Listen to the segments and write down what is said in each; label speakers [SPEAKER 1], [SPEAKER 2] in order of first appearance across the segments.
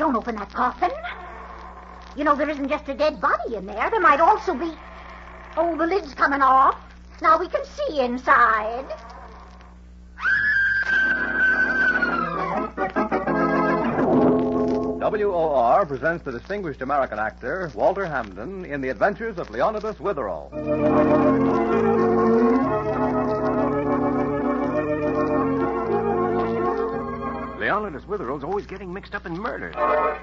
[SPEAKER 1] open that coffin. You know, there isn't just a dead body in there. There might also be. Oh, the lid's coming off. Now we can see inside.
[SPEAKER 2] WOR presents the distinguished American actor, Walter Hamden, in The Adventures of Leonidas Witherall.
[SPEAKER 3] Leonidas Witherell's always getting mixed up in murder.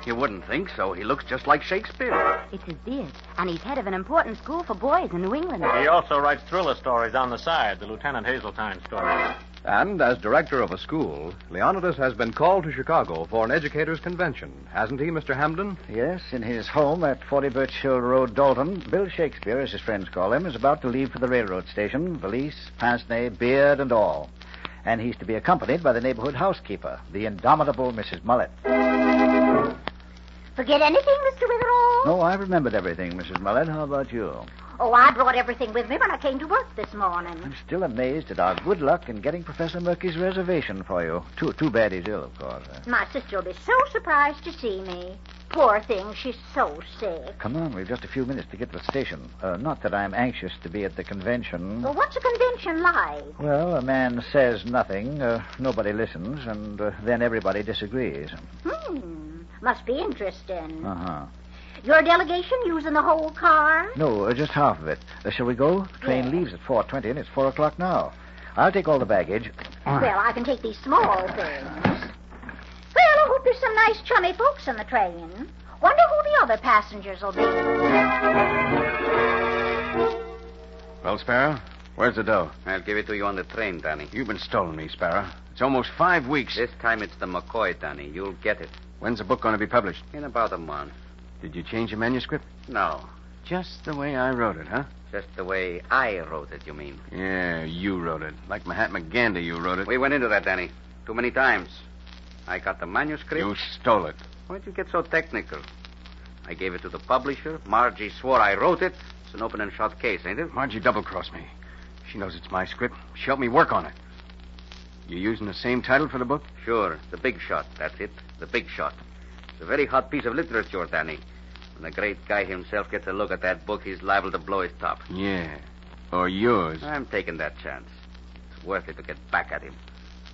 [SPEAKER 3] You wouldn't think so. He looks just like Shakespeare.
[SPEAKER 4] It's his beard, and he's head of an important school for boys in New England.
[SPEAKER 5] He also writes thriller stories on the side, the Lieutenant Hazeltine stories.
[SPEAKER 2] And as director of a school, Leonidas has been called to Chicago for an educators' convention, hasn't he, Mr. Hamden?
[SPEAKER 6] Yes, in his home at 40 Birch Hill Road, Dalton, Bill Shakespeare, as his friends call him, is about to leave for the railroad station, valise, pince nez, beard, and all. And he's to be accompanied by the neighborhood housekeeper, the indomitable Mrs. Mullet.
[SPEAKER 1] Forget anything, Mr. Witherall?
[SPEAKER 6] No, Oh, I remembered everything, Mrs. Mullet. How about you?
[SPEAKER 1] Oh, I brought everything with me when I came to work this morning.
[SPEAKER 6] I'm still amazed at our good luck in getting Professor Murky's reservation for you. Too, too bad he's ill, of course. eh?
[SPEAKER 1] My sister will be so surprised to see me. Poor thing, she's so sick.
[SPEAKER 6] Come on, we've just a few minutes to get to the station. Uh, not that I'm anxious to be at the convention.
[SPEAKER 1] Well, what's a convention like?
[SPEAKER 6] Well, a man says nothing, uh, nobody listens, and uh, then everybody disagrees.
[SPEAKER 1] Hmm, must be interesting.
[SPEAKER 6] Uh huh.
[SPEAKER 1] Your delegation using the whole car?
[SPEAKER 6] No, uh, just half of it. Uh, shall we go? The train
[SPEAKER 1] Yeah.
[SPEAKER 6] leaves at 4.20, and it's 4 o'clock now. I'll take all the baggage.
[SPEAKER 1] Well, I can take these small things. Well, I hope there's some nice chummy folks on the train. Wonder who the other passengers will be.
[SPEAKER 3] Well, Sparrow, where's the dough? I'll give it to you on the train, Danny. You've been stolen me, Sparrow. It's almost five weeks. This time it's the McCoy, Danny. You'll get it. When's the book going to be published? In about a month. Did you change your manuscript? No. Just the way I wrote it, huh? Just the way I wrote it, you mean? Yeah, you wrote it. Like Mahatma Gandhi, you wrote it. We went into that, Danny. Too many times. I got the manuscript. You stole it. Why'd you get so technical? I gave it to the publisher. Margie swore I wrote it. It's an open and shut case, ain't it? Margie double crossed me. She knows it's my script. She helped me work on it. You using the same title for the book? Sure. The Big Shot. That's it. The Big Shot. It's a very hot piece of literature, Danny. When the great guy himself gets a look at that book, he's liable to blow his top.
[SPEAKER 7] Yeah. Or yours.
[SPEAKER 3] I'm taking that chance. It's worth it to get back at him.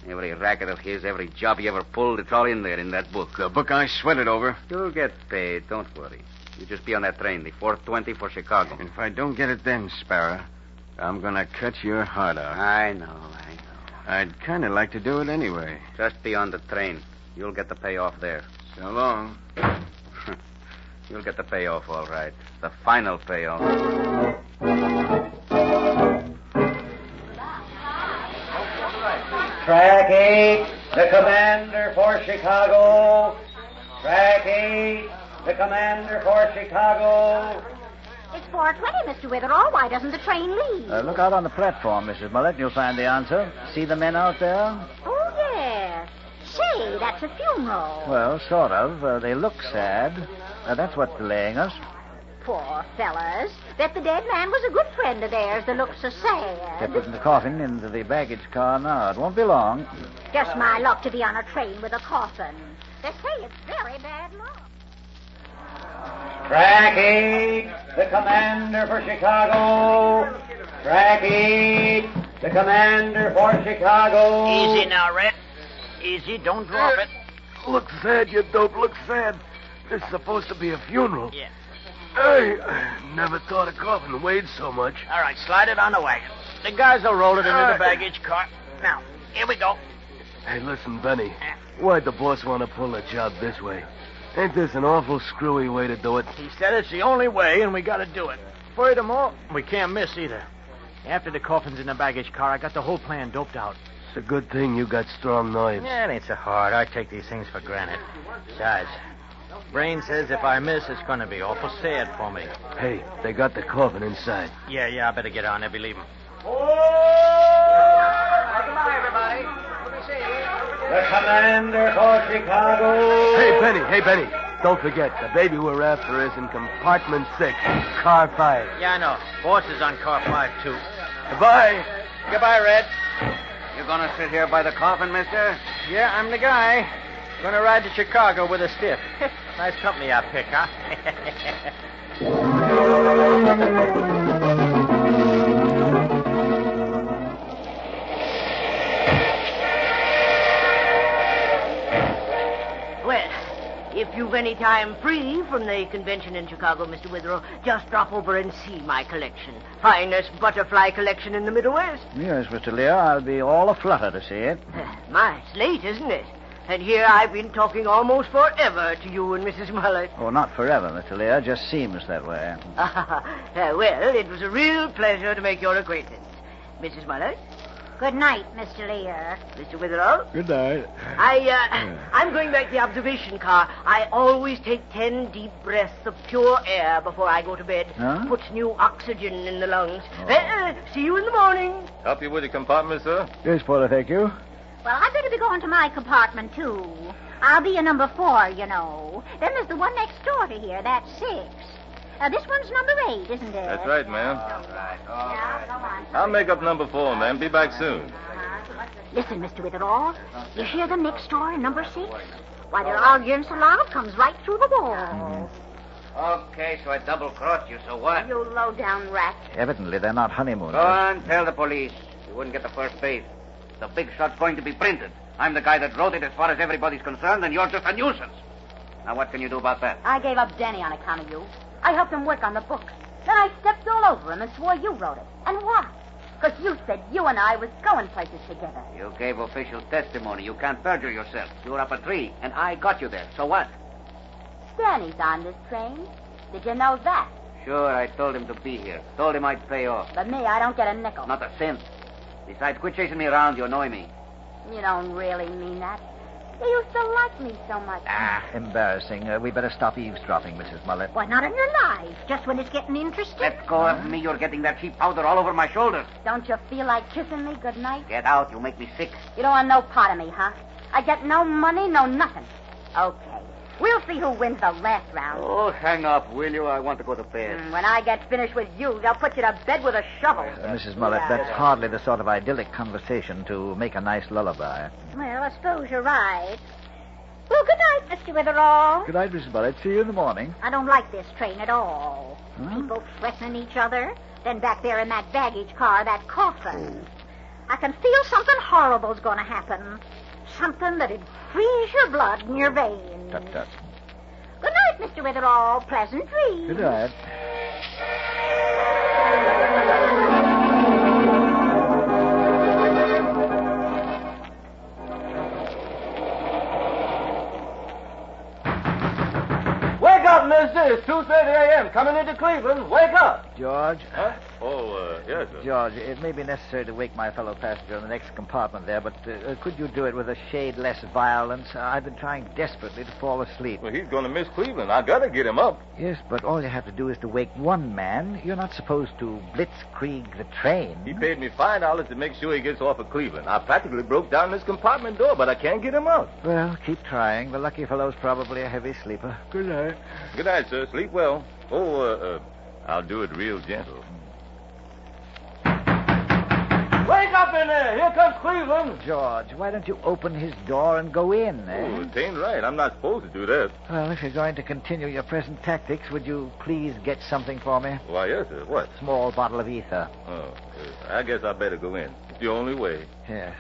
[SPEAKER 3] Every racket of his, every job he ever pulled, it's all in there in that book.
[SPEAKER 7] The book I sweated over.
[SPEAKER 3] You'll get paid. Don't worry. You just be on that train, the 420 for Chicago.
[SPEAKER 7] And if I don't get it then, Sparrow, I'm gonna cut your heart out.
[SPEAKER 3] I know, I know.
[SPEAKER 7] I'd kinda like to do it anyway.
[SPEAKER 3] Just be on the train. You'll get the payoff there.
[SPEAKER 7] So long.
[SPEAKER 3] You'll get the payoff, all right. The final payoff.
[SPEAKER 6] Track 8, the commander for Chicago. Track 8, the commander for Chicago.
[SPEAKER 1] It's 4.20, Mr. Witherall. Why doesn't the train leave?
[SPEAKER 6] Uh, look out on the platform, Mrs. Mullet, and you'll find the answer. See the men out there?
[SPEAKER 1] Oh, yes. Say, that's a funeral.
[SPEAKER 6] Well, sort of. Uh, they look sad. Uh, that's what's delaying us.
[SPEAKER 1] Poor fellas. Bet the dead man was a good friend of theirs that looks so
[SPEAKER 6] They're
[SPEAKER 1] sad.
[SPEAKER 6] putting the coffin into the baggage car now. It won't be long.
[SPEAKER 1] Just my luck to be on a train with a coffin. They say it's very bad luck.
[SPEAKER 6] Track eight, the commander for Chicago. Track eight, the commander for Chicago.
[SPEAKER 8] Easy now, Red. Easy, don't drop it.
[SPEAKER 7] Uh, Look sad, you dope. Look sad. This is supposed to be a funeral.
[SPEAKER 8] Yeah.
[SPEAKER 7] Hey, never thought a coffin weighed so much.
[SPEAKER 8] All right, slide it on the wagon. The guys will roll it into the baggage car. Now, here we go.
[SPEAKER 7] Hey, listen, Benny. Why'd the boss want to pull the job this way? Ain't this an awful screwy way to do it?
[SPEAKER 8] He said it's the only way, and we got to do it. Furthermore, we can't miss either. After the coffin's in the baggage car, I got the whole plan doped out.
[SPEAKER 7] It's a good thing you got strong knives.
[SPEAKER 8] Yeah, it ain't so hard. I take these things for granted. Besides, Brain says if I miss, it's going to be awful sad for me.
[SPEAKER 7] Hey, they got the coffin inside.
[SPEAKER 8] Yeah, yeah, I better get on. They'll be leaving.
[SPEAKER 6] The commander for Chicago.
[SPEAKER 7] Hey, Benny, hey, Benny. Don't forget, the baby we're after is in compartment six, car five.
[SPEAKER 8] Yeah, I know. Boss is on car five, too.
[SPEAKER 7] Goodbye.
[SPEAKER 8] Goodbye, Red.
[SPEAKER 3] You're going to sit here by the coffin, mister?
[SPEAKER 8] Yeah, I'm the guy. Gonna ride to Chicago with a stiff. nice company I pick, huh?
[SPEAKER 9] Well, if you've any time free from the convention in Chicago, Mr. Withero, just drop over and see my collection. Finest butterfly collection in the Middle West.
[SPEAKER 6] Yes, Mr. Lear, I'll be all aflutter to see it.
[SPEAKER 9] My, it's late, isn't it? And here I've been talking almost forever to you and Mrs. Muller.
[SPEAKER 6] Oh, not forever, Mr. Lear. Just seems that way.
[SPEAKER 9] Ah, well, it was a real pleasure to make your acquaintance. Mrs. Muller,
[SPEAKER 1] Good night, Mr. Lear.
[SPEAKER 9] Mr. Withero,
[SPEAKER 10] Good night.
[SPEAKER 9] I, uh, I'm going back to the observation car. I always take ten deep breaths of pure air before I go to bed.
[SPEAKER 10] Huh?
[SPEAKER 9] Puts new oxygen in the lungs. Well, uh, see you in the morning.
[SPEAKER 11] Help you with your compartment, sir?
[SPEAKER 10] Yes, Porter, thank you.
[SPEAKER 1] Well, I'd better be going to my compartment, too. I'll be a number four, you know. Then there's the one next door to here. That's six. Uh, this one's number eight, isn't it?
[SPEAKER 11] That's right, ma'am. All
[SPEAKER 1] right. Yeah, come on.
[SPEAKER 11] I'll make up number four, ma'am. Be back soon.
[SPEAKER 1] Listen, Mr. Witherall, you hear them next door in number six? Why, they're
[SPEAKER 11] Oh.
[SPEAKER 1] arguing so loud, comes right through the wall.
[SPEAKER 11] Mm-hmm.
[SPEAKER 3] Okay, so I double crossed you, so what?
[SPEAKER 1] You low down rat.
[SPEAKER 6] Evidently, they're not honeymooners.
[SPEAKER 3] Go on, tell the police. You wouldn't get the first base. The big shot's going to be printed. I'm the guy that wrote it as far as everybody's concerned, and you're just a nuisance. Now, what can you do about that?
[SPEAKER 12] I gave up Danny on account of you. I helped him work on the books. Then I stepped all over him and swore you wrote it. And why? Because you said you and I was going places together.
[SPEAKER 3] You gave official testimony. You can't perjure yourself. You were up a tree, and I got you there. So what?
[SPEAKER 12] Danny's on this train. Did you know that?
[SPEAKER 3] Sure, I told him to be here. Told him I'd pay off.
[SPEAKER 12] But me, I don't get a nickel.
[SPEAKER 3] Not a cent. Besides, quit chasing me around. You annoy me.
[SPEAKER 12] You don't really mean that. You used to like me so much.
[SPEAKER 3] Ah.
[SPEAKER 6] Ah, Embarrassing. Uh, we better stop eavesdropping, Mrs. Muller.
[SPEAKER 1] Why, not in your life, just when it's getting interesting.
[SPEAKER 3] Let go of me. You're getting that cheap powder all over my shoulders.
[SPEAKER 12] Don't you feel like kissing me goodnight?
[SPEAKER 3] Get out. You make me sick.
[SPEAKER 12] You don't want no part of me, huh? I get no money, no nothing. Okay. We'll see who wins the last round.
[SPEAKER 3] Oh, hang up, will you? I want to go to bed.
[SPEAKER 12] And when I get finished with you, they'll put you to bed with a shovel.
[SPEAKER 6] Uh, Mrs. Muller, that's hardly the sort of idyllic conversation to make a nice lullaby.
[SPEAKER 1] Well, I suppose you're right. Well, good night, Mr. Witherall.
[SPEAKER 6] Good night, Mrs. Muller. See you in the morning.
[SPEAKER 1] I don't like this train at all. People threatening each other. Then back there in that baggage car, that coffin. I can feel something horrible's going to happen. Something that'd freeze your blood in your veins.
[SPEAKER 6] Tut, tut.
[SPEAKER 1] Good night, Mr. Witherall. Pleasant dreams.
[SPEAKER 6] Good night.
[SPEAKER 7] Wake up, mister. It's 2.30 a.m. Coming into Cleveland. Wake up.
[SPEAKER 6] George?
[SPEAKER 11] Oh, uh, yes, sir.
[SPEAKER 6] George, it may be necessary to wake my fellow passenger in the next compartment there, but uh, uh, could you do it with a shade less violence? Uh, I've been trying desperately to fall asleep.
[SPEAKER 11] Well, he's going to miss Cleveland. I gotta get him up.
[SPEAKER 6] Yes, but all you have to do is to wake one man. You're not supposed to blitzkrieg the train.
[SPEAKER 11] He paid me five dollars to make sure he gets off of Cleveland. I practically broke down this compartment door, but I can't get him out.
[SPEAKER 6] Well, keep trying. The lucky fellow's probably a heavy sleeper. Good night.
[SPEAKER 11] Good night, sir. Sleep well. Oh, uh, uh I'll do it real gentle.
[SPEAKER 7] Wake up in there. Here comes Cleveland.
[SPEAKER 6] George, why don't you open his door and go in? Eh?
[SPEAKER 11] Oh, it ain't right. I'm not supposed to do that.
[SPEAKER 6] Well, if you're going to continue your present tactics, would you please get something for me?
[SPEAKER 11] Why, yes, sir. What?
[SPEAKER 6] Small bottle of ether.
[SPEAKER 11] Oh, uh, I guess I better go in. It's the only way.
[SPEAKER 6] Yes.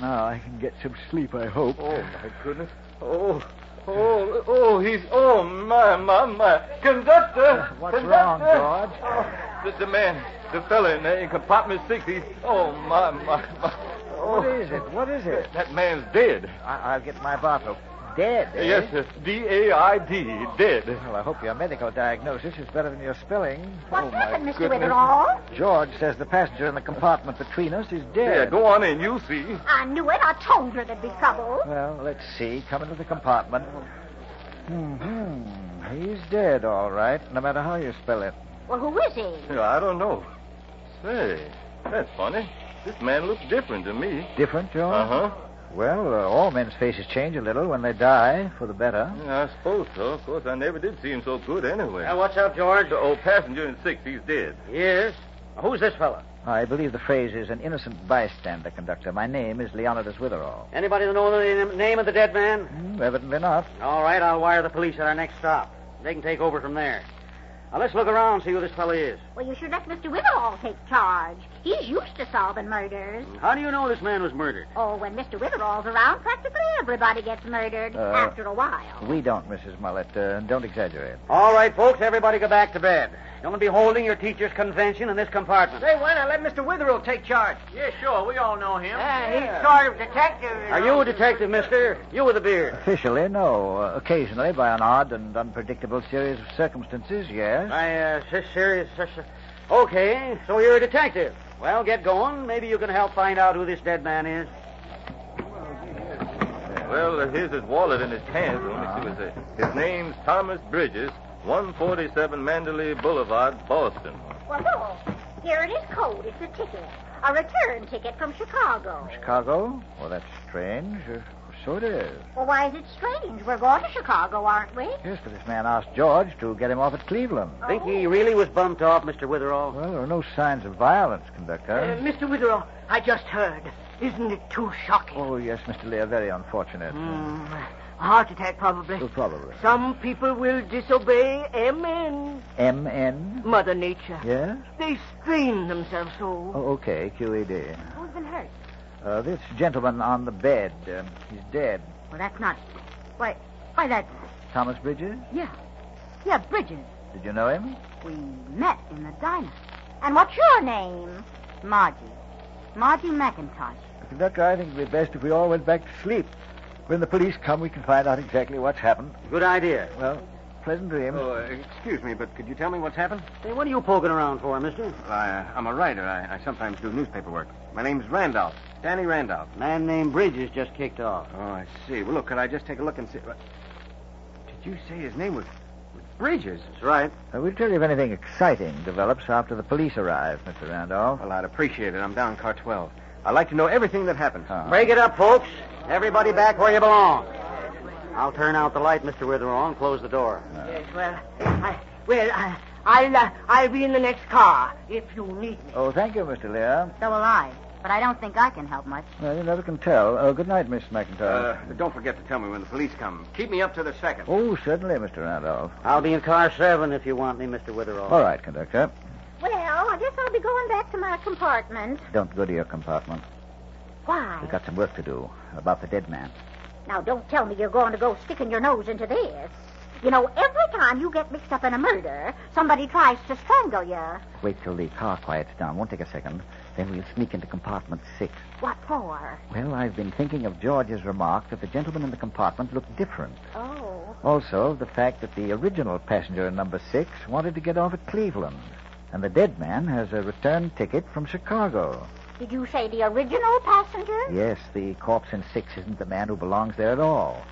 [SPEAKER 6] Now I can get some sleep, I hope.
[SPEAKER 7] Oh, my goodness. Oh, oh, oh, he's. Oh, my, my, my. Conductor.
[SPEAKER 6] What's
[SPEAKER 7] Conductor.
[SPEAKER 6] wrong, George?
[SPEAKER 7] The, the man, the fella in there in compartment six, he's. Oh, my, my, my. Oh.
[SPEAKER 6] What is it? What is it?
[SPEAKER 7] That man's dead.
[SPEAKER 6] I- I'll get my bottle. Dead, eh?
[SPEAKER 7] Yes, sir. D A I D, dead.
[SPEAKER 6] Well, I hope your medical diagnosis is better than your spelling.
[SPEAKER 1] What
[SPEAKER 6] oh,
[SPEAKER 1] happened,
[SPEAKER 6] my
[SPEAKER 1] Mr.
[SPEAKER 6] goodness.
[SPEAKER 1] Witherall?
[SPEAKER 6] George says the passenger in the compartment between us is
[SPEAKER 7] Yeah,
[SPEAKER 6] dead.
[SPEAKER 7] go on in, you see.
[SPEAKER 1] I knew it. I told her there'd be trouble.
[SPEAKER 6] Well, let's see. Come into the compartment. hmm He's dead, all right, no matter how you spell it.
[SPEAKER 1] Well, who is he?
[SPEAKER 11] Yeah, I don't know. Say, that's funny. This man looks different to me.
[SPEAKER 6] Different, George?
[SPEAKER 11] Uh
[SPEAKER 7] Uh-huh.
[SPEAKER 11] huh.
[SPEAKER 6] Well, uh, all men's faces change a little when they die, for the better.
[SPEAKER 11] I suppose so. Of course, I never did see him so good anyway.
[SPEAKER 13] Now, what's up, George?
[SPEAKER 11] The old passenger in six, he's dead.
[SPEAKER 13] Yes. Now, who's this fella?
[SPEAKER 6] I believe the phrase is an innocent bystander, conductor. My name is Leonidas Witherall.
[SPEAKER 14] Anybody know the na- name of the dead man?
[SPEAKER 6] Hmm, evidently not.
[SPEAKER 14] All right, I'll wire the police at our next stop. They can take over from there. Now let's look around, see who this fellow is.
[SPEAKER 1] Well, you should let Mr. Witherall take charge. He's used to solving murders.
[SPEAKER 14] How do you know this man was murdered?
[SPEAKER 1] Oh, when Mr. Witherall's around, practically everybody gets murdered
[SPEAKER 6] Uh,
[SPEAKER 1] after a while.
[SPEAKER 6] We don't, Mrs. Mullet. Uh, don't exaggerate.
[SPEAKER 14] All right, folks, everybody go back to bed. Don't be holding your teacher's convention in this compartment.
[SPEAKER 8] Say, why not let Mr. Witherell take charge?
[SPEAKER 15] Yeah, sure. We all know him.
[SPEAKER 8] Yeah, Uh, he's sort of detective.
[SPEAKER 14] Are you a detective, mister? You with a beard.
[SPEAKER 6] Officially, no. Uh, occasionally, by an odd and unpredictable series of circumstances, yes.
[SPEAKER 14] I, uh, s- serious. s- s- Okay, so you're a detective. Well, get going. Maybe you can help find out who this dead man is.
[SPEAKER 11] Well, uh, here's his wallet in his hand. Let me see what's it. His name's Thomas Bridges, 147 Mandalay Boulevard, Boston.
[SPEAKER 1] Well, look. Here in his coat is the ticket. A return ticket from Chicago.
[SPEAKER 6] Chicago? Well, that's strange. Uh, so it is.
[SPEAKER 1] Well, why is it strange? We're going to Chicago, aren't we?
[SPEAKER 6] Yes, but this man asked George to get him off at Cleveland.
[SPEAKER 14] Think he really was bumped off, Mr. Witherall?
[SPEAKER 6] Well, there are no signs of violence,
[SPEAKER 9] Uh,
[SPEAKER 6] Conductor.
[SPEAKER 9] Mr. Witherell, I just heard. Isn't it too shocking? Hmm.
[SPEAKER 6] Oh, yes, Mr. Lear, very unfortunate.
[SPEAKER 9] A heart attack, probably.
[SPEAKER 6] Well, probably.
[SPEAKER 9] Some people will disobey MN,
[SPEAKER 6] M.N.?
[SPEAKER 9] Mother Nature.
[SPEAKER 6] Yes?
[SPEAKER 9] They strain themselves so.
[SPEAKER 6] Oh, okay, QED.
[SPEAKER 9] Who's been hurt?
[SPEAKER 6] Uh, this gentleman on the bed, um, he's dead.
[SPEAKER 4] Well, that's not. Why, why, that's.
[SPEAKER 6] Thomas Bridges?
[SPEAKER 4] Yeah. Yeah, Bridges.
[SPEAKER 6] Did you know him?
[SPEAKER 4] We met in the diner.
[SPEAKER 1] And what's your name?
[SPEAKER 4] Margie. Margie McIntosh.
[SPEAKER 6] Conductor, I think it would be best if we all went back to sleep. When the police come, we can find out exactly what's happened.
[SPEAKER 14] Good idea.
[SPEAKER 6] Well, pleasant dreams.
[SPEAKER 3] Oh, excuse me, but could you tell me what's happened?
[SPEAKER 14] Hey, what are you poking around for, mister?
[SPEAKER 3] Well, I, uh, I'm a writer. I, I sometimes do newspaper work. My name's Randolph. Danny Randolph.
[SPEAKER 14] Man named Bridges just kicked off.
[SPEAKER 3] Oh, I see. Well, look, could I just take a look and see? What- Did you say his name was, was Bridges? That's right.
[SPEAKER 6] Uh, we'll tell you if anything exciting develops after the police arrive, Mr. Randolph.
[SPEAKER 3] Well, I'd appreciate it. I'm down in car 12. I'd like to know everything that happened.
[SPEAKER 14] Break it up, folks. Everybody back where you belong. I'll turn out the light, Mr. Witherall, and close the door.
[SPEAKER 7] Uh.
[SPEAKER 9] Yes, well, I, well, I, I'll, uh, I'll be in the next car if you need me.
[SPEAKER 6] Oh, thank you, Mr. Lear.
[SPEAKER 4] So will I. But I don't think I can help much.
[SPEAKER 6] Well, you never can tell. Uh, good night, Miss McIntyre.
[SPEAKER 3] Uh, don't forget to tell me when the police come. Keep me up to the second.
[SPEAKER 6] oh, certainly, Mr. Randolph.
[SPEAKER 14] I'll be in car seven if you want me, Mr. Witherall.
[SPEAKER 6] All right, Conductor.
[SPEAKER 1] Well, I guess I'll be going back to my compartment.
[SPEAKER 6] Don't go to your compartment.
[SPEAKER 1] Why?
[SPEAKER 6] We've got some work to do about the dead man.
[SPEAKER 1] Now, don't tell me you're going to go sticking your nose into this. You know, every time you get mixed up in a murder, somebody tries to strangle you.
[SPEAKER 6] Wait till the car quiets down. Won't take a second. Then we'll sneak into compartment six.
[SPEAKER 1] What for?
[SPEAKER 6] Well, I've been thinking of George's remark that the gentleman in the compartment looked different.
[SPEAKER 1] Oh.
[SPEAKER 6] Also, the fact that the original passenger in number six wanted to get off at Cleveland. And the dead man has a return ticket from Chicago.
[SPEAKER 1] Did you say the original passenger?
[SPEAKER 6] Yes, the corpse in six isn't the man who belongs there at all.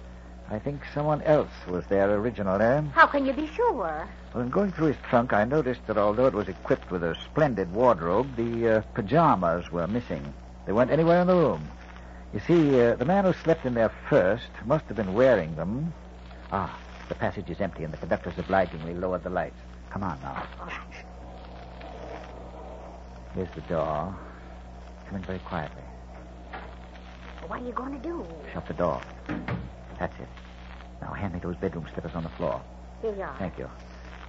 [SPEAKER 6] I think someone else was eh? there originally.
[SPEAKER 1] How can you be sure?
[SPEAKER 6] Well, in going through his trunk, I noticed that although it was equipped with a splendid wardrobe, the uh, pajamas were missing. They weren't anywhere in the room. You see, uh, the man who slept in there first must have been wearing them. Ah, the passage is empty, and the conductor's obligingly lowered the lights. Come on now. Here's the door. Come in very quietly.
[SPEAKER 1] What are you going to do?
[SPEAKER 6] Shut the door. That's it. Now hand me those bedroom slippers on the floor.
[SPEAKER 1] Here you are.
[SPEAKER 6] Thank you.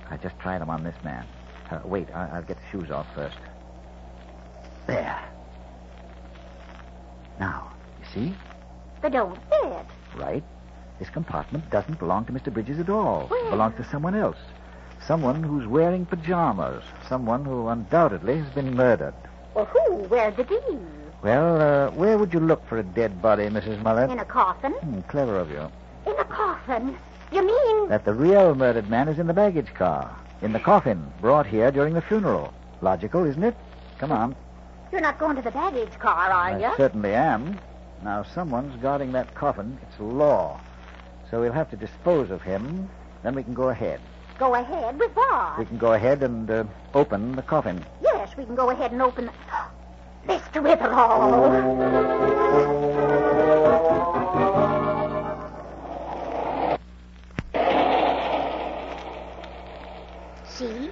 [SPEAKER 6] I just tried them on this man. Uh, wait, I- I'll get the shoes off first. There. Now, you see?
[SPEAKER 1] They don't fit.
[SPEAKER 6] Right. This compartment doesn't belong to Mr. Bridges at all. It
[SPEAKER 1] Well-
[SPEAKER 6] belongs to someone else. Someone who's wearing pajamas. Someone who undoubtedly has been murdered.
[SPEAKER 1] Well, who? Where did he?
[SPEAKER 6] Well, uh, where would you look for a dead body, Mrs. Mullet?
[SPEAKER 1] In a coffin?
[SPEAKER 6] Hmm, clever of you.
[SPEAKER 1] In a coffin? You mean?
[SPEAKER 6] That the real murdered man is in the baggage car, in the coffin, brought here during the funeral. Logical, isn't it? Come on.
[SPEAKER 1] You're not going to the baggage car, are you?
[SPEAKER 6] I certainly am. Now, someone's guarding that coffin. It's law. So we'll have to dispose of him. Then we can go ahead.
[SPEAKER 1] Go ahead with what?
[SPEAKER 6] We can go ahead and uh, open the coffin.
[SPEAKER 1] Yes, we can go ahead and open. Mr. Witherall. See?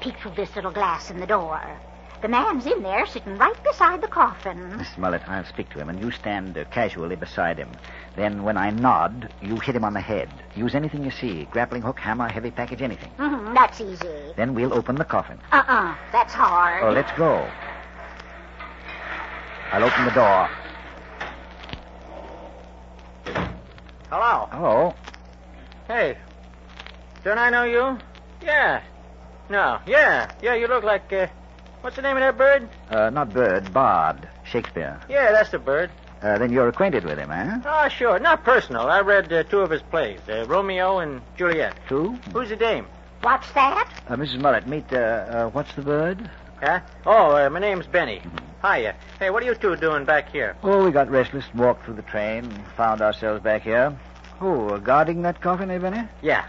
[SPEAKER 1] Peek through this little glass in the door. The man's in there sitting right beside the coffin.
[SPEAKER 6] Miss Mullet, I'll speak to him, and you stand uh, casually beside him. Then, when I nod, you hit him on the head. Use anything you see grappling hook, hammer, heavy package, anything.
[SPEAKER 1] Mhm, that's easy.
[SPEAKER 6] Then we'll open the coffin.
[SPEAKER 1] Uh-uh. That's hard.
[SPEAKER 6] Oh, let's go. I'll open the door.
[SPEAKER 8] Hello.
[SPEAKER 6] Hello.
[SPEAKER 8] Hey. Don't I know you? Yeah. No. Yeah. Yeah, you look like, uh, what's the name of that bird?
[SPEAKER 6] Uh, not Bird, Bard, Shakespeare.
[SPEAKER 8] Yeah, that's the bird.
[SPEAKER 6] Uh, then you're acquainted with him, eh?
[SPEAKER 8] Oh, sure. Not personal. I read uh, two of his plays, uh, Romeo and Juliet.
[SPEAKER 6] Two?
[SPEAKER 8] Who's the dame?
[SPEAKER 1] What's that?
[SPEAKER 6] Uh, Mrs. Mullet, meet, uh, uh, what's the bird?
[SPEAKER 8] Huh? Oh, uh, my name's Benny. Hiya. Hey, what are you two doing back here?
[SPEAKER 6] Oh, we got restless and walked through the train and found ourselves back here. Oh, uh, guarding that coffin, eh, Benny?
[SPEAKER 8] Yeah.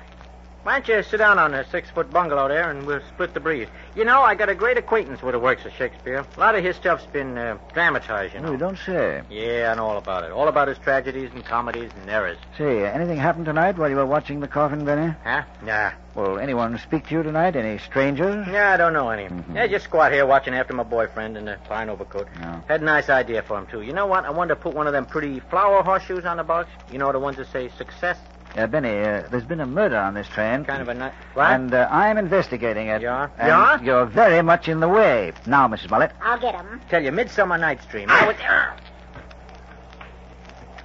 [SPEAKER 8] Why don't you sit down on the six-foot bungalow there, and we'll split the breeze. You know, I got a great acquaintance with the works of Shakespeare. A lot of his stuff's been uh, dramatized, you know.
[SPEAKER 6] Oh, you don't say.
[SPEAKER 8] Yeah, I know all about it. All about his tragedies and comedies and errors.
[SPEAKER 6] Say, anything happened tonight while you were watching the coffin, Benny?
[SPEAKER 8] Huh? Nah.
[SPEAKER 6] Well, anyone speak to you tonight? Any strangers? Hmm.
[SPEAKER 8] Yeah, I don't know any. Yeah, just squat here watching after my boyfriend in a fine overcoat.
[SPEAKER 6] No.
[SPEAKER 8] Had a nice idea for him, too. You know what? I wanted to put one of them pretty flower horseshoes on the box. You know, the ones that say success?
[SPEAKER 6] Uh, Benny, uh, there's been a murder on this train.
[SPEAKER 8] Kind of a nut. What?
[SPEAKER 6] And uh, I'm investigating it. You are?
[SPEAKER 8] You are?
[SPEAKER 6] You're very much in the way. Now, Mrs. Mullet,
[SPEAKER 1] I'll get him.
[SPEAKER 8] Tell you, Midsummer Night's Dream. I was...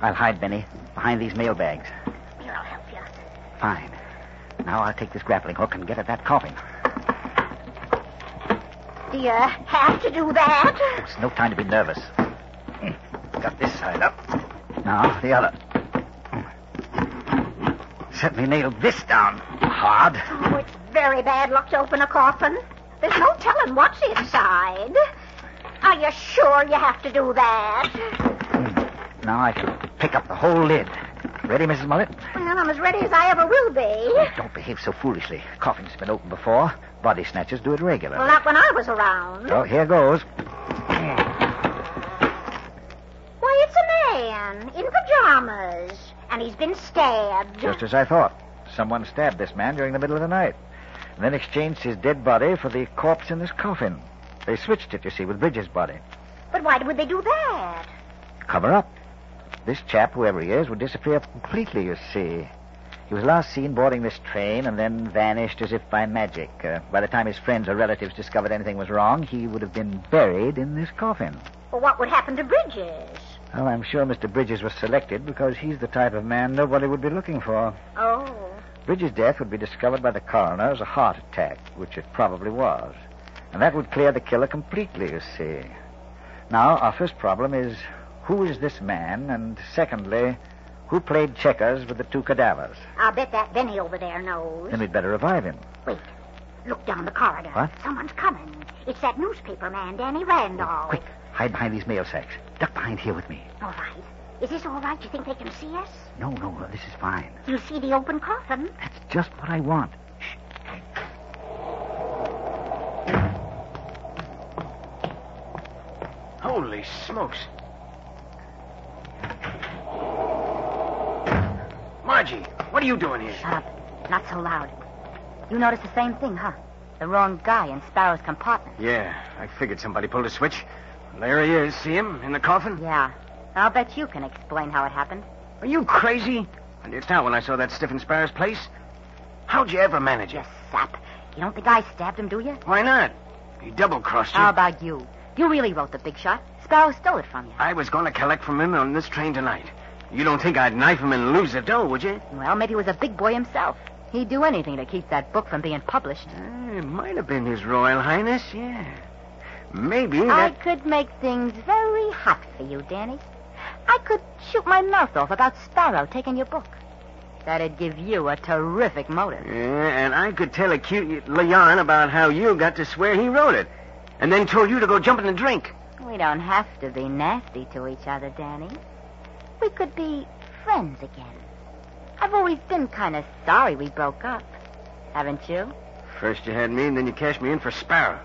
[SPEAKER 6] I'll hide Benny behind these mailbags.
[SPEAKER 1] Here, I'll help you.
[SPEAKER 6] Fine. Now I'll take this grappling hook and get at that coffin.
[SPEAKER 1] Do you have to do that?
[SPEAKER 6] It's no time to be nervous. Hmm. Got this side up. Now, the other. Hmm. Certainly nailed this down hard.
[SPEAKER 1] Oh, it's very bad luck to open a coffin. There's no telling what's inside. Are you sure you have to do that?
[SPEAKER 6] Now I can pick up the whole lid. Ready, Mrs. Mullet?
[SPEAKER 1] Well, I'm as ready as I ever will be.
[SPEAKER 6] Don't behave so foolishly. Coffin's been opened before. Body snatchers do it
[SPEAKER 1] Well,
[SPEAKER 6] regularly.
[SPEAKER 1] not when I was around.
[SPEAKER 6] So here goes.
[SPEAKER 1] Why, it's a man in pajamas, and he's been stabbed.
[SPEAKER 6] Just as I thought. Someone stabbed this man during the middle of the night, and then exchanged his dead body for the corpse in this coffin. They switched it, you see, with Bridges' body.
[SPEAKER 1] But why would they do that?
[SPEAKER 6] Cover up. This chap, whoever he is, would disappear completely, you see. He was last seen boarding this train and then vanished as if by magic. Uh, by the time his friends or relatives discovered anything was wrong, he would have been buried in this coffin.
[SPEAKER 1] Well, what would happen to Bridges?
[SPEAKER 6] Well, I'm sure Mr. Bridges was selected because he's the type of man nobody would be looking for.
[SPEAKER 1] Oh.
[SPEAKER 6] Bridges' death would be discovered by the coroner as a heart attack, which it probably was. And that would clear the killer completely, you see. Now, our first problem is who is this man? And secondly, who played checkers with the two cadavers?
[SPEAKER 1] I'll bet that Benny over there knows.
[SPEAKER 6] Then we'd better revive him.
[SPEAKER 1] Wait. Look down the corridor.
[SPEAKER 6] What?
[SPEAKER 1] Someone's coming. It's that newspaper man, Danny Randolph. quick.
[SPEAKER 6] Hide behind these mail sacks. Duck behind here with me.
[SPEAKER 1] All right. Is this all right? You think they can see us?
[SPEAKER 6] No, no, this is fine.
[SPEAKER 1] You see the open coffin?
[SPEAKER 6] Just what I want.
[SPEAKER 15] Holy smokes.
[SPEAKER 7] Margie, what are you doing here?
[SPEAKER 4] Shut up. Not so loud. You noticed the same thing, huh? The wrong guy in Sparrow's compartment.
[SPEAKER 7] Yeah, I figured somebody pulled a switch. There he is. See him in the coffin?
[SPEAKER 4] Yeah. I'll bet you can explain how it happened.
[SPEAKER 7] Are you crazy? I just now when I saw that stiff in Sparrow's place. How'd you ever manage it?
[SPEAKER 4] Sap. You don't think I stabbed him, do you?
[SPEAKER 7] Why not? He double crossed you.
[SPEAKER 4] How about you? You really wrote the big shot. Sparrow stole it from you.
[SPEAKER 7] I was going to collect from him on this train tonight. You don't think I'd knife him and lose the dough, would you?
[SPEAKER 4] Well, maybe he was a big boy himself. He'd do anything to keep that book from being published.
[SPEAKER 7] It might have been His Royal Highness, yeah. Maybe
[SPEAKER 4] I
[SPEAKER 7] that.
[SPEAKER 4] could make things very hot for you, Danny. I could shoot my mouth off about Sparrow taking your book. That'd give you a terrific motive.
[SPEAKER 7] Yeah, and I could tell a cute Leon about how you got to swear he wrote it, and then told you to go jump in the drink.
[SPEAKER 4] We don't have to be nasty to each other, Danny. We could be friends again. I've always been kind of sorry we broke up, haven't you?
[SPEAKER 7] First you had me, and then you cashed me in for Sparrow.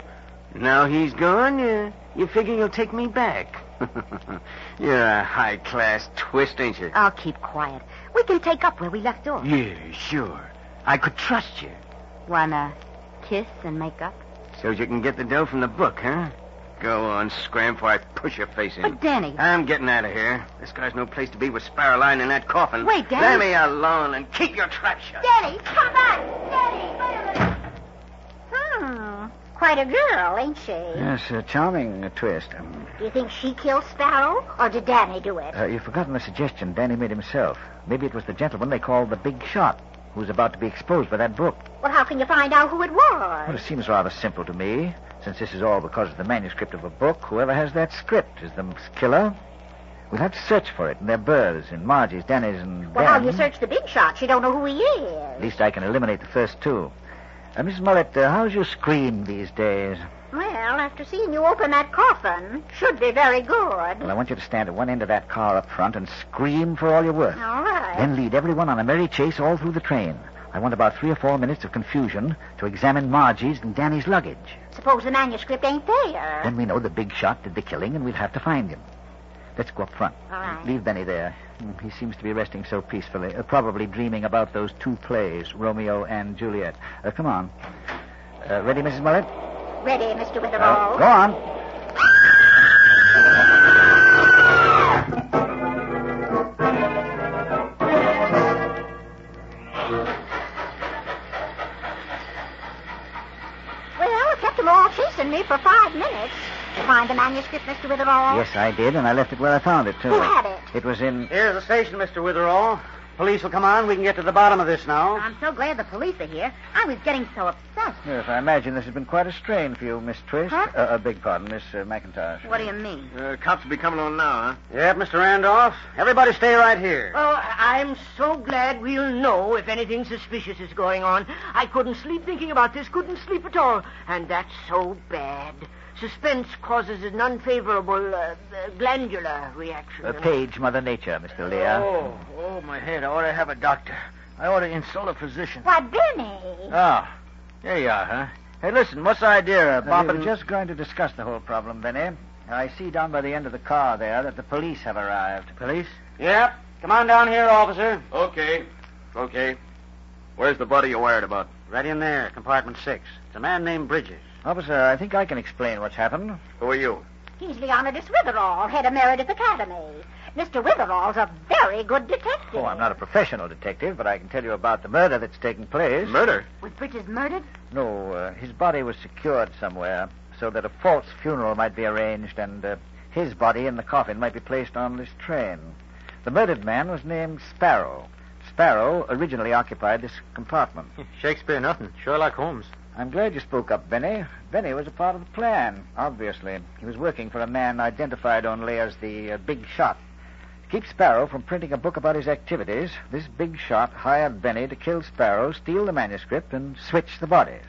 [SPEAKER 7] Now he's gone, you, you figure you'll take me back. You're a high class twist, ain't you?
[SPEAKER 4] I'll keep quiet. We can take up where we left off.
[SPEAKER 7] Yeah, sure. I could trust you.
[SPEAKER 4] Wanna kiss and make up?
[SPEAKER 7] So you can get the dough from the book, huh? Go on, scram before I push your face in.
[SPEAKER 4] But, Danny.
[SPEAKER 7] I'm getting out of here. This guy's no place to be with Sparrow lying in that coffin.
[SPEAKER 4] Wait, Danny.
[SPEAKER 7] Let me alone and keep your trap shut.
[SPEAKER 1] Daddy, come back! Daddy, wait a minute. Hmm. Quite a girl, ain't she?
[SPEAKER 6] Yes, a charming uh, twist. Um,
[SPEAKER 1] Do you think she killed Sparrow, or did Danny do it?
[SPEAKER 6] Uh, you've forgotten the suggestion Danny made himself. Maybe it was the gentleman they called the Big Shot, who's about to be exposed by that brook.
[SPEAKER 1] Well, how can you find out who it was?
[SPEAKER 6] Well, it seems rather simple to me. Since this is all because of the manuscript of a book, whoever has that script is the m- killer. We'll have to search for it in their births, in Margie's, Danny's, and
[SPEAKER 1] Well, how do you
[SPEAKER 6] Dan's.
[SPEAKER 1] search the big shot? You don't know who he is.
[SPEAKER 6] At least I can eliminate the first two. Uh, Mrs. Mullet, uh, how's your scream these days?
[SPEAKER 1] Well, after seeing you open that coffin, should be very good.
[SPEAKER 6] Well, I want you to stand at one end of that car up front and scream for all you're worth.
[SPEAKER 1] All right.
[SPEAKER 6] Then lead everyone on a merry chase all through the train. I want about three or four minutes of confusion to examine Margie's and Danny's luggage.
[SPEAKER 1] Suppose the manuscript ain't there.
[SPEAKER 6] Then we know the big shot did the killing, and we'll have to find him. Let's go up front.
[SPEAKER 1] All right.
[SPEAKER 6] Leave Benny there. Mm, He seems to be resting so peacefully, uh, probably dreaming about those two plays, Romeo and Juliet. Uh, come on. Uh, ready, Mrs. Mullet?
[SPEAKER 1] Ready, Mr. Witherall?
[SPEAKER 6] Uh, go on.
[SPEAKER 1] Well, it kept them all chasing me for five minutes. Did you find the manuscript, Mr. Witherall?
[SPEAKER 6] Yes, I did, and I left it where I found it, too.
[SPEAKER 1] Who had it?
[SPEAKER 6] It was in.
[SPEAKER 14] Here's the station, Mr. Witherall. Police will come on. We can get to the bottom of this now.
[SPEAKER 4] I'm so glad the police are here. I was getting so upset.
[SPEAKER 6] Yes, I imagine this has been quite a strain for you, Miss Twist.
[SPEAKER 4] Huh?
[SPEAKER 6] Uh, uh, beg pardon, Miss uh, McIntosh.
[SPEAKER 4] What do you mean?
[SPEAKER 14] Uh, cops will be coming on now, huh? Yep, Mr. Randolph. Everybody stay right here.
[SPEAKER 9] Oh, I'm so glad we'll know if anything suspicious is going on. I couldn't sleep thinking about this, couldn't sleep at all. And that's so bad. Suspense causes an unfavorable uh, uh, glandular reaction.
[SPEAKER 6] Uh, page Mother Nature, Mr. Lear.
[SPEAKER 15] Oh, oh, my head. I ought to have a doctor. I ought to insult a physician.
[SPEAKER 1] Why, Benny.
[SPEAKER 15] Ah, there you are, huh? Hey, listen, what's the idea, uh,
[SPEAKER 6] Uh, we
[SPEAKER 15] bopping?
[SPEAKER 6] were just going to discuss the whole problem, Benny. I see down by the end of the car there that the police have arrived. Police?
[SPEAKER 14] Yep. Come on down here, officer.
[SPEAKER 11] Okay. Okay. Where's the buddy you're worried about?
[SPEAKER 14] Right in there, compartment six. It's a man named Bridges.
[SPEAKER 6] Officer, I think I can explain what's happened.
[SPEAKER 11] Who are you?
[SPEAKER 1] He's Leonidas Witherall, head of Meredith Academy. Mr. Witherall's a very good detective.
[SPEAKER 6] Oh, I'm not a professional detective, but I can tell you about the murder that's taken place.
[SPEAKER 1] Was Bridges murdered?
[SPEAKER 6] No, uh, his body was secured somewhere so that a false funeral might be arranged and uh, his body in the coffin might be placed on this train. The murdered man was named Sparrow. Sparrow originally occupied this compartment.
[SPEAKER 8] Shakespeare, nothing. Sherlock Holmes.
[SPEAKER 6] I'm glad you spoke up, Benny. Benny was a part of the plan, obviously. He was working for a man identified only as the uh, Big Shot. To keep Sparrow from printing a book about his activities, this Big Shot hired Benny to kill Sparrow, steal the manuscript, and switch the bodies.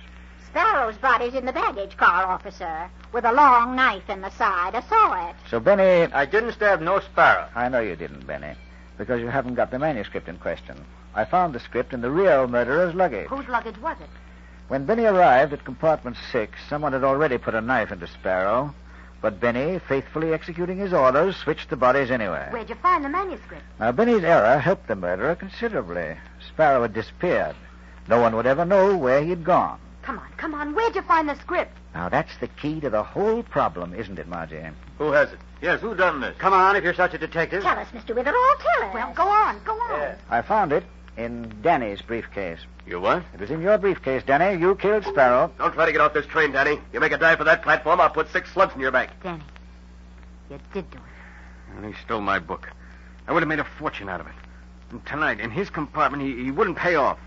[SPEAKER 1] Sparrow's body's in the baggage car, officer, with a long knife in the side. I saw it.
[SPEAKER 6] So, Benny.
[SPEAKER 8] I didn't stab no sparrow.
[SPEAKER 6] I know you didn't, Benny, because you haven't got the manuscript in question. I found the script in the real murderer's luggage.
[SPEAKER 4] Whose luggage was it?
[SPEAKER 6] When Benny arrived at compartment six, someone had already put a knife into Sparrow, but Benny, faithfully executing his orders, switched the bodies anyway.
[SPEAKER 4] Where'd you find the manuscript?
[SPEAKER 6] Now, Benny's error helped the murderer considerably. Sparrow had disappeared. No one would ever know where he'd gone.
[SPEAKER 4] Come on, come on. Where'd you find the script?
[SPEAKER 6] Now, that's the key to the whole problem, isn't it, Margie?
[SPEAKER 11] Who has it? Yes, who done this?
[SPEAKER 14] Come on, if you're such a detective.
[SPEAKER 1] Tell us, Mr. Witherall, tell us. Well, go on, go on.
[SPEAKER 6] I found it in Danny's briefcase.
[SPEAKER 11] You what?
[SPEAKER 6] It was in your briefcase, Danny. You killed Sparrow.
[SPEAKER 7] Don't try to get off this train, Danny. You make a dive for that platform, I'll put six slugs in your back.
[SPEAKER 4] Danny, you did do it.
[SPEAKER 7] And he stole my book. I would have made a fortune out of it. And tonight, in his compartment, he, he wouldn't pay off.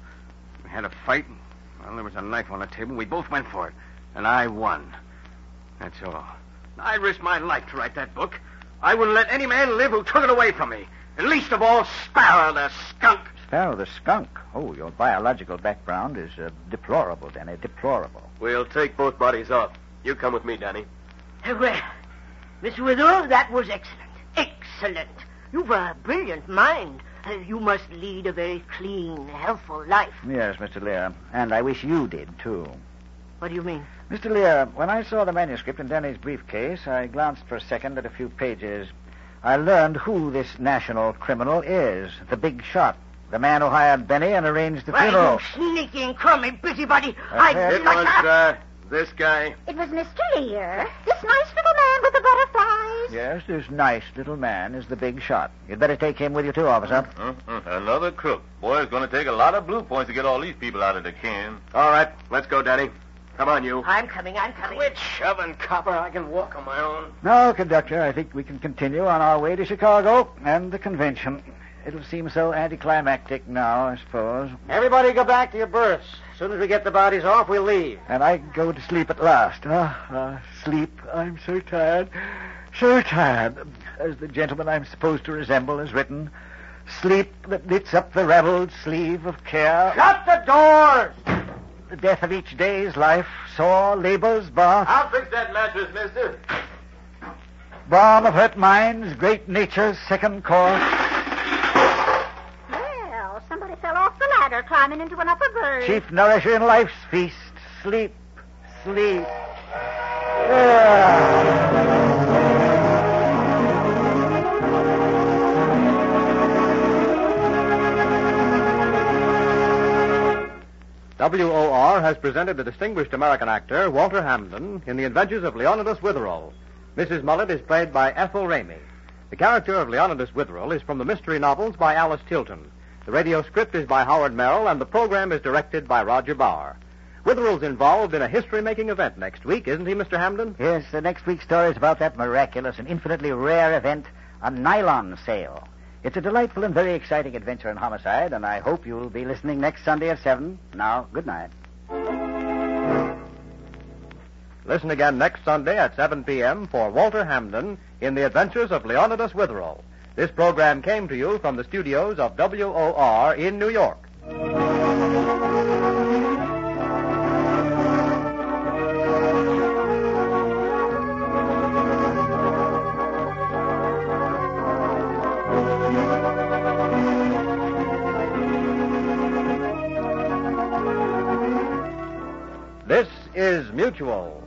[SPEAKER 7] We had a fight. and, Well, there was a knife on the table. We both went for it. And I won. That's all. I risked my life to write that book. I wouldn't let any man live who took it away from me. And least of all, Sparrow the skunk.
[SPEAKER 6] Sparrow the skunk. Oh, your biological background is uh, deplorable, Danny. Deplorable.
[SPEAKER 11] We'll take both bodies off. You come with me, Danny.
[SPEAKER 9] Uh, Well, Miss Witherell, that was excellent. Excellent. You've a brilliant mind. Uh, You must lead a very clean, healthful life.
[SPEAKER 6] Yes, Mr. Lear. And I wish you did, too.
[SPEAKER 9] What do you mean?
[SPEAKER 6] Mr. Lear, when I saw the manuscript in Danny's briefcase, I glanced for a second at a few pages. I learned who this national criminal is the big shot, the man who hired Benny and arranged the
[SPEAKER 9] Why,
[SPEAKER 6] funeral.
[SPEAKER 9] you sneaking, crummy busybody.
[SPEAKER 6] That's
[SPEAKER 9] I'd
[SPEAKER 6] Uh, it.
[SPEAKER 9] like
[SPEAKER 11] This guy.
[SPEAKER 1] It was Mr. Lear, this nice little with the butterflies?
[SPEAKER 6] Yes, this nice little man is the big shot. You'd better take him with you, too, officer.
[SPEAKER 11] Mm-mm, Mm-hmm. Another crook. Boy, it's going to take a lot of blue points to get all these people out of the can.
[SPEAKER 16] All right, let's go, Daddy. Come on, you.
[SPEAKER 9] I'm coming, I'm coming.
[SPEAKER 17] Quit shoving, copper. I can walk on my own.
[SPEAKER 6] Now, conductor, I think we can continue on our way to Chicago and the convention. It'll seem so anticlimactic now, I suppose.
[SPEAKER 18] Everybody go back to your berths. As soon as we get the bodies off, we'll leave.
[SPEAKER 6] And I go to sleep at last. Ah, ah, sleep. I'm so tired. So tired. As the gentleman I'm supposed to resemble has written, sleep that knits up the raveled sleeve of care.
[SPEAKER 18] Shut the doors!
[SPEAKER 6] The death of each day's life, sore labor's bath.
[SPEAKER 18] Ah.
[SPEAKER 11] I'll fix that mattress, mister.
[SPEAKER 6] Balm of hurt minds, great nature's second course.
[SPEAKER 1] Well, somebody fell off the ladder climbing into an upper bird.
[SPEAKER 6] Chief nourisher in life's feast, sleep, sleep. Ah.
[SPEAKER 7] WOR has presented the distinguished American actor Walter Hamden in The Adventures of Leonidas Witherell. Mrs. Mullet is played by Ethel Ramey. The character of Leonidas Witherell is from the mystery novels by Alice Tilton. The radio script is by Howard Merrill, and the program is directed by Roger Bauer. Witherell's involved in a history-making event next week, isn't he, Mr. Hamden?
[SPEAKER 6] Yes, the next week's story is about that miraculous and infinitely rare event, a nylon sale. It's a delightful and very exciting adventure in homicide, and I hope you'll be listening next Sunday at 7. Now, good night.
[SPEAKER 7] Listen again next Sunday at 7 p.m. for Walter Hamden in The Adventures of Leonidas Witherell. This program came to you from the studios of WOR in New York. This is Mutual.